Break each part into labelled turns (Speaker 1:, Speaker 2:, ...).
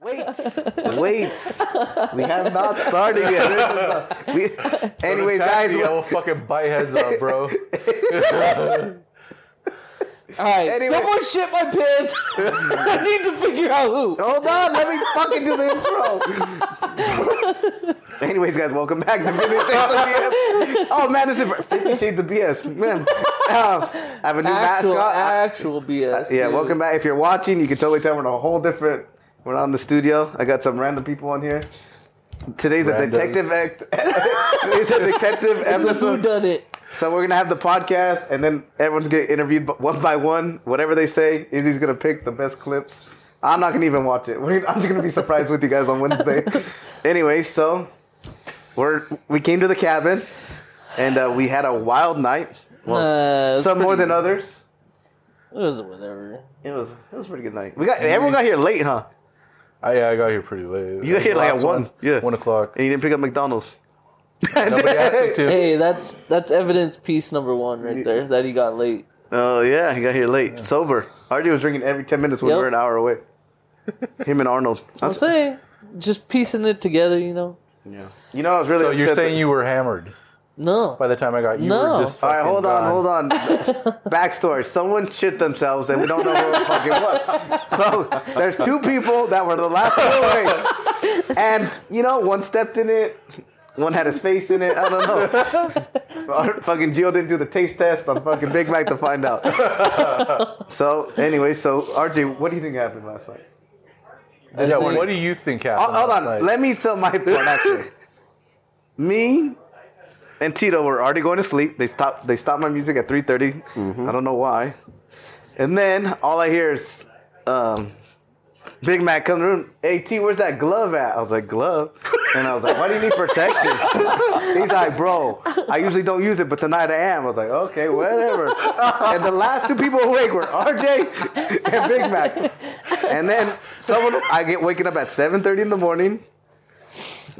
Speaker 1: wait, wait. We have not started yet. This is a- we, anyway, guys.
Speaker 2: I will fucking bite heads off, bro.
Speaker 3: All right,
Speaker 1: Anyway.
Speaker 3: someone shit my pants. I need to figure out who.
Speaker 1: Hold on, let me fucking do the intro. Anyways, guys, welcome back to 50 Shades of BS. Oh man, this is 50 Shades of BS. Man, Um, I have a new
Speaker 3: Actual,
Speaker 1: mascot. I-
Speaker 3: actual BS.
Speaker 1: yeah,
Speaker 3: dude.
Speaker 1: welcome back. If you're watching, you can totally tell we're in a whole different. We're not in the studio. I got some random people on here. Today's
Speaker 2: Randoms.
Speaker 1: a detective act. Today's a detective
Speaker 3: It's a who
Speaker 1: episode.
Speaker 3: done it.
Speaker 1: So we're gonna have the podcast, and then everyone's gonna get interviewed bu- one by one. Whatever they say, Izzy's gonna pick the best clips. I'm not gonna even watch it. We're gonna- I'm just gonna be surprised with you guys on Wednesday. anyway, so we're we came to the cabin, and uh, we had a wild night.
Speaker 3: Uh,
Speaker 1: Some more than others.
Speaker 3: It was whatever.
Speaker 1: It was it was a pretty good night. We got everyone got here late, huh?
Speaker 2: I, yeah, I got here pretty late.
Speaker 1: You got here, like, at
Speaker 2: Last
Speaker 1: one. Yeah.
Speaker 2: one o'clock.
Speaker 1: And you didn't pick up McDonald's.
Speaker 2: Nobody asked me to.
Speaker 3: Hey, that's that's evidence piece number one right there that he got late.
Speaker 1: Oh yeah, he got here late, sober. RJ was drinking every ten minutes when
Speaker 3: Yep.
Speaker 1: we were an hour away. Him and Arnold.
Speaker 3: I'm saying, just piecing it together, you know.
Speaker 1: Yeah. You know, I was really.
Speaker 2: So you're
Speaker 1: upset that-
Speaker 2: saying you were hammered
Speaker 3: No,
Speaker 2: by the time I got you? uh,
Speaker 3: No.
Speaker 2: Were just
Speaker 1: All right,
Speaker 2: fucking
Speaker 1: hold
Speaker 2: gone.
Speaker 1: on, hold on. Backstory: Someone shit themselves, and we don't know who the fuck it was. So there's two people that were the last one away, and you know, one stepped in it, one had his face in it. I don't know. fucking Gio didn't do the taste test on fucking Big Mac to find out. so anyway, so RJ, what do you think happened last night?
Speaker 2: Yeah,
Speaker 3: This
Speaker 2: what
Speaker 3: thing-
Speaker 2: do you think
Speaker 1: Oh,
Speaker 2: happened?
Speaker 1: hold
Speaker 2: last
Speaker 1: on,
Speaker 2: night?
Speaker 1: let me tell my part actually. me and Tito were already going to sleep. They stopped. They stopped my music at three I don't know why. And then all I hear is um, Big Mac come to the room. Hey T, where's that glove at? I was like glove, and I was like, why do you need protection? He's like, bro, I usually don't use it, but tonight I am. I was like, okay, whatever. And the last two people awake were RJ and Big Mac. And then someone, I get waking up at seven thirty in the morning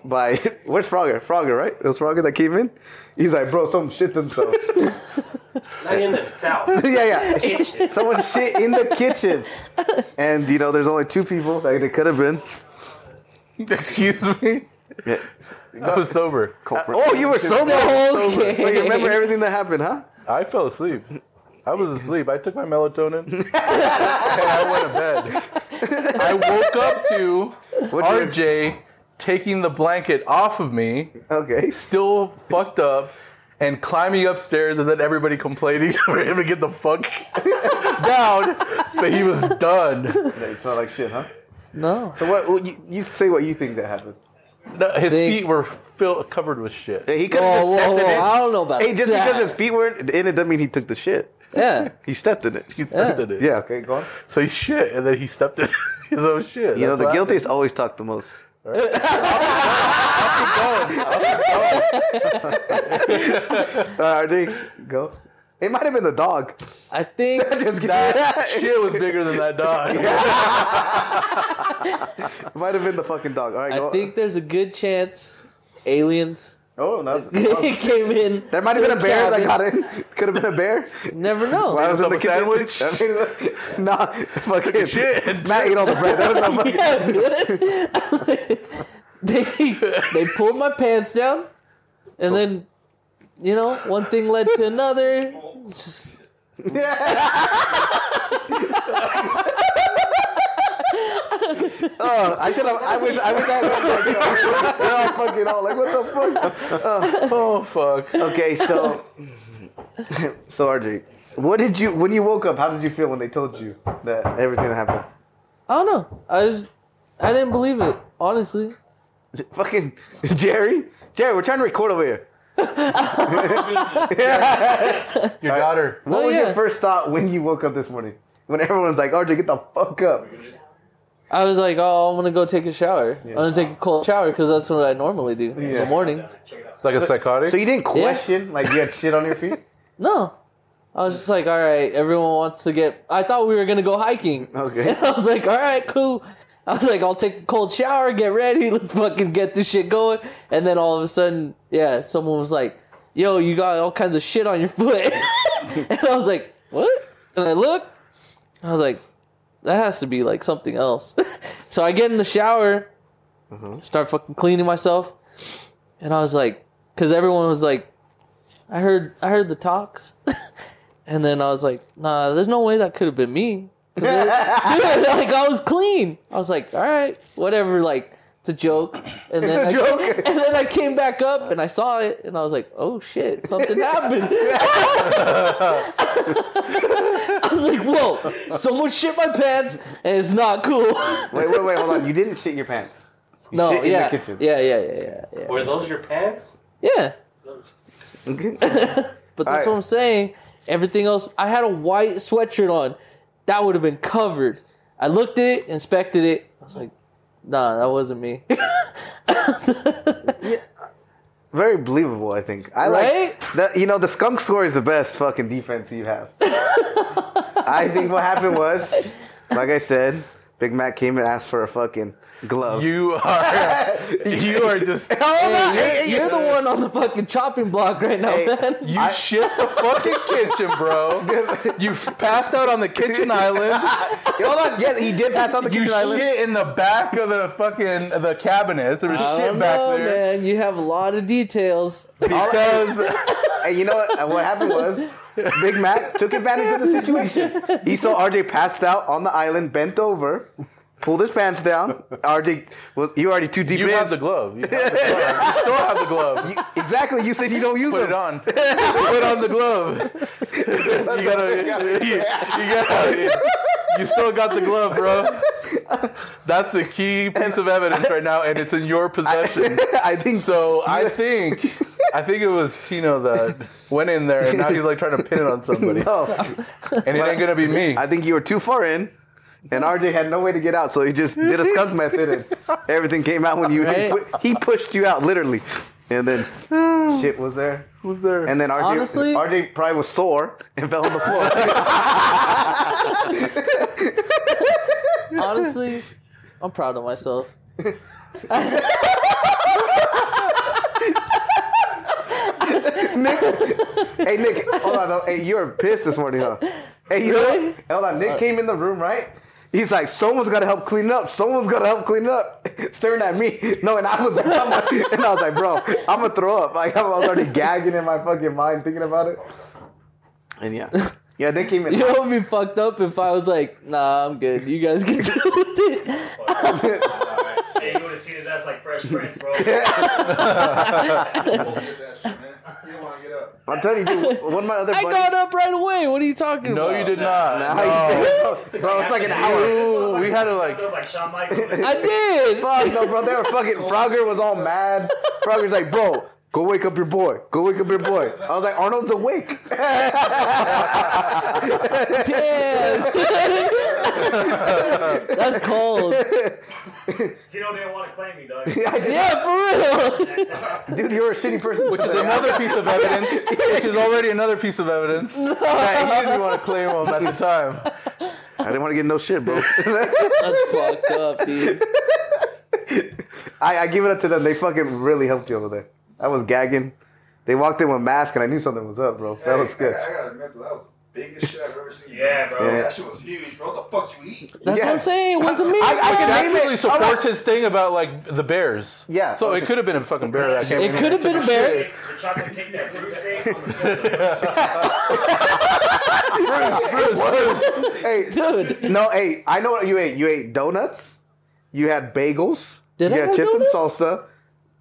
Speaker 1: by where's Frogger? Frogger, right? It was Frogger that came in. He's like, bro, someone shit themselves.
Speaker 4: Not in themselves.
Speaker 1: yeah, yeah.
Speaker 4: Bitches.
Speaker 1: Someone shit in the kitchen. And you know, there's only two people that it could have been.
Speaker 2: Excuse me.
Speaker 1: Yeah.
Speaker 2: I was sober.
Speaker 1: Uh, oh, you were sober.
Speaker 3: okay.
Speaker 1: So you remember everything that happened, huh?
Speaker 2: I fell asleep. I was asleep. I took my melatonin and I went to bed. I woke up to
Speaker 1: What'd you-
Speaker 2: RJ taking the blanket off of me,
Speaker 1: Okay.
Speaker 2: still fucked up, and climbing upstairs, and then everybody complaining for him to get the fuck down. But he was done.
Speaker 1: You smell like shit, huh?
Speaker 3: No,
Speaker 1: So what? what you, you say what you think that happened.
Speaker 2: No, his
Speaker 3: Big-
Speaker 2: feet were filled, covered with shit.
Speaker 1: He could
Speaker 3: Whoa,
Speaker 1: have
Speaker 3: whoa,
Speaker 1: just stepped in
Speaker 3: whoa,
Speaker 1: it.
Speaker 3: I don't know about
Speaker 1: Hey, just
Speaker 3: that.
Speaker 1: because his feet weren't in it doesn't mean he took the shit.
Speaker 3: yeah,
Speaker 1: He stepped in it.
Speaker 2: He stepped
Speaker 3: Yeah.
Speaker 2: in it.
Speaker 1: Yeah. Okay. Go on.
Speaker 2: So he shit, and then he stepped in his own shit.
Speaker 1: You know,
Speaker 2: That's
Speaker 1: the
Speaker 2: what happened.
Speaker 1: guiltiest always talk the most. All right, RJ, go. It might have been the dog.
Speaker 3: I think
Speaker 1: Just kidding.
Speaker 2: That shit was bigger than that dog.
Speaker 1: It might have been the fucking dog. All right, go.
Speaker 3: I think there's a good chance aliens
Speaker 1: Oh, that's.
Speaker 3: came in.
Speaker 1: There might have been
Speaker 3: to
Speaker 1: a
Speaker 3: the
Speaker 1: bear that
Speaker 3: cabin.
Speaker 1: got in. Could have been a bear.
Speaker 3: Never know.
Speaker 1: While I was in the
Speaker 2: Some
Speaker 1: kitchen.
Speaker 2: sandwich?
Speaker 1: I mean, nah, fucking
Speaker 2: shit.
Speaker 1: Matt ate all the bread. That was not fucking.
Speaker 3: yeah, dude. they they pulled my pants down, and then you know one thing led to another. It's Just,
Speaker 1: Oh, I should have. I wish. I wish I had. that. They're all fucking all like, what the fuck?
Speaker 2: Oh fuck!
Speaker 1: Okay, so so RJ, what did you when you woke up? How did you feel when they told you that everything that happened?
Speaker 3: I don't know. I just, I didn't believe it honestly.
Speaker 1: Fucking Jerry, Jerry, we're trying to record over here.
Speaker 2: Your daughter.
Speaker 1: What
Speaker 3: Oh,
Speaker 1: was
Speaker 3: yeah.
Speaker 1: your first thought when you woke up this morning? When everyone's like, RJ, get the fuck up.
Speaker 3: I was like, oh, I'm gonna go take a shower. I'm gonna take a cold shower because that's what I normally do in
Speaker 1: Yeah.
Speaker 3: the mornings.
Speaker 2: Like a psychotic.
Speaker 1: So you didn't question like you had shit on your feet.
Speaker 3: No. I was just like, all right, everyone wants to get. I thought we were gonna go hiking.
Speaker 1: Okay.
Speaker 3: I was like, all right, cool. I was like, I'll take a cold shower, get ready, let's fucking get this shit going. And then all of a sudden, yeah, someone was like, yo, you got all kinds of shit on your foot. and I was like, what? And I look, I was like, that has to be like something else. so I get in the shower, start fucking cleaning myself, and I was like, because everyone was like, I heard, I heard the talks, and then I was like, nah, there's no way that could have been me. 'Cause it- Dude, like I was clean. I was like, all right, whatever. Like it's a joke. And then
Speaker 1: a
Speaker 3: I,
Speaker 1: joke.
Speaker 3: And then I came back up and I saw it and I was like, oh shit, something happened. I was like, whoa, someone shit my pants and it's not cool.
Speaker 1: Wait, wait, wait, hold on. You didn't shit your pants. You
Speaker 3: no,
Speaker 1: shit in the
Speaker 3: yeah,
Speaker 1: kitchen.
Speaker 3: yeah, yeah, yeah, yeah, yeah.
Speaker 4: Were those your pants?
Speaker 3: yeah.
Speaker 1: Okay.
Speaker 3: But
Speaker 1: All
Speaker 3: that's
Speaker 1: right.
Speaker 3: what I'm saying. Everything else, I had a white sweatshirt on. That would have been covered. I looked at it, inspected it. I was like, nah, that wasn't me.
Speaker 1: Very believable, I think. I
Speaker 3: Right?
Speaker 1: like that. You know, the skunk score is the best fucking defense you have. I think what happened was, like I said, Big Mac came and asked for a fucking glove.
Speaker 2: You are you are just
Speaker 1: Oh,
Speaker 3: Hey,
Speaker 1: my-
Speaker 3: you're,
Speaker 1: hey, hey,
Speaker 3: you're the one on the fucking chopping block right now,
Speaker 1: Hey,
Speaker 3: man.
Speaker 2: you shit the fucking kitchen, bro. You f- passed out on the kitchen island.
Speaker 1: Yo, Hold on. Yeah, he did pass out the
Speaker 2: You
Speaker 1: kitchen island.
Speaker 2: shit in the back of the fucking the cabinets. There was
Speaker 3: I
Speaker 2: shit
Speaker 3: don't
Speaker 2: back
Speaker 3: know,
Speaker 2: there.
Speaker 3: man. You have a lot of details.
Speaker 2: Because
Speaker 1: And you know what? What happened was Big Mac took advantage of the situation. He saw RJ passed out on the island, bent over, pulled his pants down. RJ was you already too deep
Speaker 2: you
Speaker 1: in.
Speaker 2: have the glove. You, have the glove. you still have the glove. You
Speaker 1: You- exactly. You said you don't use
Speaker 2: put
Speaker 1: them.
Speaker 2: it on. put on the glove. You gotta. You, you gotta. You still got the glove, bro. That's the key piece of evidence right now, and it's in your possession.
Speaker 1: I think
Speaker 2: So I think I think it was Tino that went in there, and now he's like trying to pin it on somebody,
Speaker 1: No,
Speaker 2: and it ain't gonna be me.
Speaker 1: I think you were too far in, and RJ had no way to get out, so he just did a skunk method, and everything came out when you.
Speaker 3: Right.
Speaker 1: He, pu- he pushed you out literally, and then shit was there.
Speaker 2: was there?
Speaker 1: And then RJ,
Speaker 3: Honestly-
Speaker 1: RJ probably was sore and fell on the floor.
Speaker 3: Honestly, I'm proud of myself.
Speaker 1: hey Nick, hold on. oh, Hey, you were pissed this morning, huh? Hey, you know,
Speaker 3: Really?
Speaker 1: what? hold on. Nick came in the room, right? He's like, someone's gotta help clean up. Someone's gotta help clean up. Staring at me. No, and I was like, I'm like- and I was like, bro, I'm gonna throw up. Like I was already gagging in my fucking mind thinking about it. And yeah, yeah, Nick came in.
Speaker 3: You know what would be fucked up if I was like, nah, I'm good. You guys can deal with it.
Speaker 5: Hey, you would have seen his ass like Fresh Prince, bro.
Speaker 1: I'm telling you, dude, one of my other
Speaker 3: I
Speaker 1: buddies.
Speaker 3: got up right away. What are you talking
Speaker 2: no,
Speaker 3: about?
Speaker 2: you did
Speaker 1: Nah,
Speaker 2: not.
Speaker 1: you
Speaker 2: No.
Speaker 1: didn't. bro, it's like an hour.
Speaker 2: Ooh, we had to like.
Speaker 5: Look like Shawn Michaels.
Speaker 3: I did.
Speaker 1: Fuck no, bro. They were fucking. Frogger was all mad. Frogger's like, bro, go wake up your boy. Go wake up your boy. I was like, Arnold's awake.
Speaker 3: Yes. That's cold.
Speaker 5: Tito didn't want to claim me, dog.
Speaker 1: I did-
Speaker 3: Yeah, for real.
Speaker 1: Dude, you're a shitty person.
Speaker 2: Which is another piece of evidence, which is already another piece of evidence that he didn't want to claim him at the time.
Speaker 1: I didn't want to get no shit, bro.
Speaker 3: That's fucked up, dude.
Speaker 1: I, I give it up to them. They fucking really helped you over there. I was gagging. They walked in with mask, and I knew something was up, bro. That
Speaker 6: Hey,
Speaker 1: was good.
Speaker 6: I, I gotta admit, though, that was the biggest shit I've ever seen.
Speaker 5: Yeah, bro.
Speaker 1: Yeah.
Speaker 6: That shit was huge, bro. What the fuck you eat? Uh,
Speaker 3: That's
Speaker 1: Yeah.
Speaker 3: what I'm saying. It wasn't me.
Speaker 1: I can
Speaker 3: bro.
Speaker 1: name
Speaker 2: That
Speaker 1: it.
Speaker 2: really supports his thing about like the bears.
Speaker 1: Yeah.
Speaker 2: So it could have been a fucking bear that came.
Speaker 3: It
Speaker 2: in
Speaker 3: could have been a bear.
Speaker 5: The chocolate cake that Bruce ate on the set.
Speaker 1: Hey,
Speaker 3: Dude,
Speaker 1: no, hey, I know what you ate. You ate donuts. You had bagels.
Speaker 3: Did
Speaker 1: you
Speaker 3: I
Speaker 1: had
Speaker 3: have
Speaker 1: chip and
Speaker 3: donuts?
Speaker 1: salsa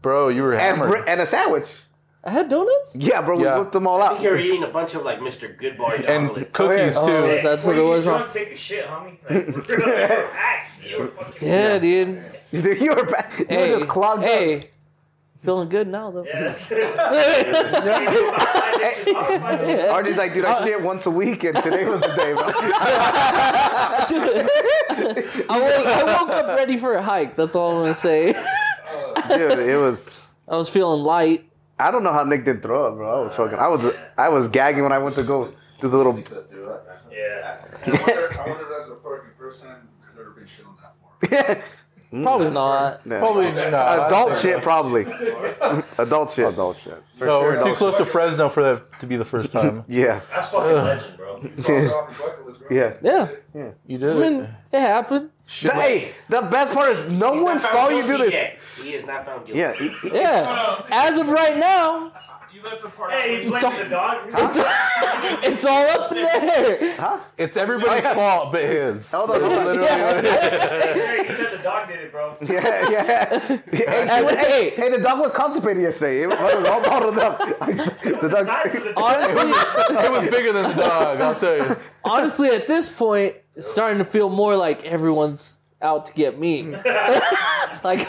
Speaker 2: Bro, you were
Speaker 1: and,
Speaker 2: hammered.
Speaker 1: br- and a sandwich.
Speaker 3: I had donuts?
Speaker 1: Yeah, bro, we
Speaker 2: Yeah.
Speaker 1: whipped them all
Speaker 4: I
Speaker 1: out.
Speaker 4: think you're eating a bunch of like Mr. Goodbar
Speaker 2: and
Speaker 4: chocolates.
Speaker 2: cookies
Speaker 1: Oh,
Speaker 2: too.
Speaker 3: yeah. that's what it was, huh?
Speaker 5: Drunk, take a shit, homie. Like, really, you were packed. You were fucking.
Speaker 3: Yeah, dude.
Speaker 1: Dude, you were back. You
Speaker 3: Hey,
Speaker 1: were just clogged
Speaker 3: hey.
Speaker 1: up.
Speaker 3: Feeling good now, though.
Speaker 5: Yeah, that's good. Yeah.
Speaker 1: Artie's like, dude, I shit once a week, and today was the day, bro.
Speaker 3: I, woke, I woke up ready for a hike. That's all I'm going to say.
Speaker 1: Dude, it was.
Speaker 3: I was feeling light.
Speaker 1: I don't know how Nick didn't throw up, bro. I was fucking. I was. I was gagging when I went to go do the little.
Speaker 6: But, dude, I,
Speaker 5: yeah.
Speaker 6: I, wonder, I wonder if that's the fucking first time there's ever been shit on that floor.
Speaker 1: Mm,
Speaker 3: Probably not.
Speaker 1: No.
Speaker 2: Probably not.
Speaker 1: adult shit, probably. adult shit.
Speaker 7: Adult shit.
Speaker 1: sure,
Speaker 2: No, we're too
Speaker 1: adult
Speaker 2: close to Fresno for that to be the first time.
Speaker 1: Yeah,
Speaker 5: That's fucking legend, bro.
Speaker 6: Cross off your bucket list, bro.
Speaker 1: yeah.
Speaker 3: Yeah.
Speaker 2: You did
Speaker 3: I mean,
Speaker 2: it.
Speaker 3: it happened.
Speaker 1: The- hey, the best part is no one saw you do this.
Speaker 4: Yet. He is not found guilty.
Speaker 1: Yeah,
Speaker 3: Yeah. As of right now,
Speaker 5: You left the part. Hey, he's
Speaker 3: It's all-
Speaker 5: blaming the dog.
Speaker 3: it's, it's all up there.
Speaker 1: huh?
Speaker 2: It's everybody's fault but his.
Speaker 1: Oh, Hold on, hold on.
Speaker 2: Literally what it is.
Speaker 5: Hey, he said the dog did it, bro.
Speaker 1: Yeah, yeah. hey, hey, hey, the dog was constipated yesterday. It was all bottled up. the
Speaker 5: Size of the
Speaker 1: dog.
Speaker 5: dog.
Speaker 3: Honestly,
Speaker 2: It was bigger than the dog, I'll tell you.
Speaker 3: honestly, at this point, it's starting to feel more like everyone's out to get me. like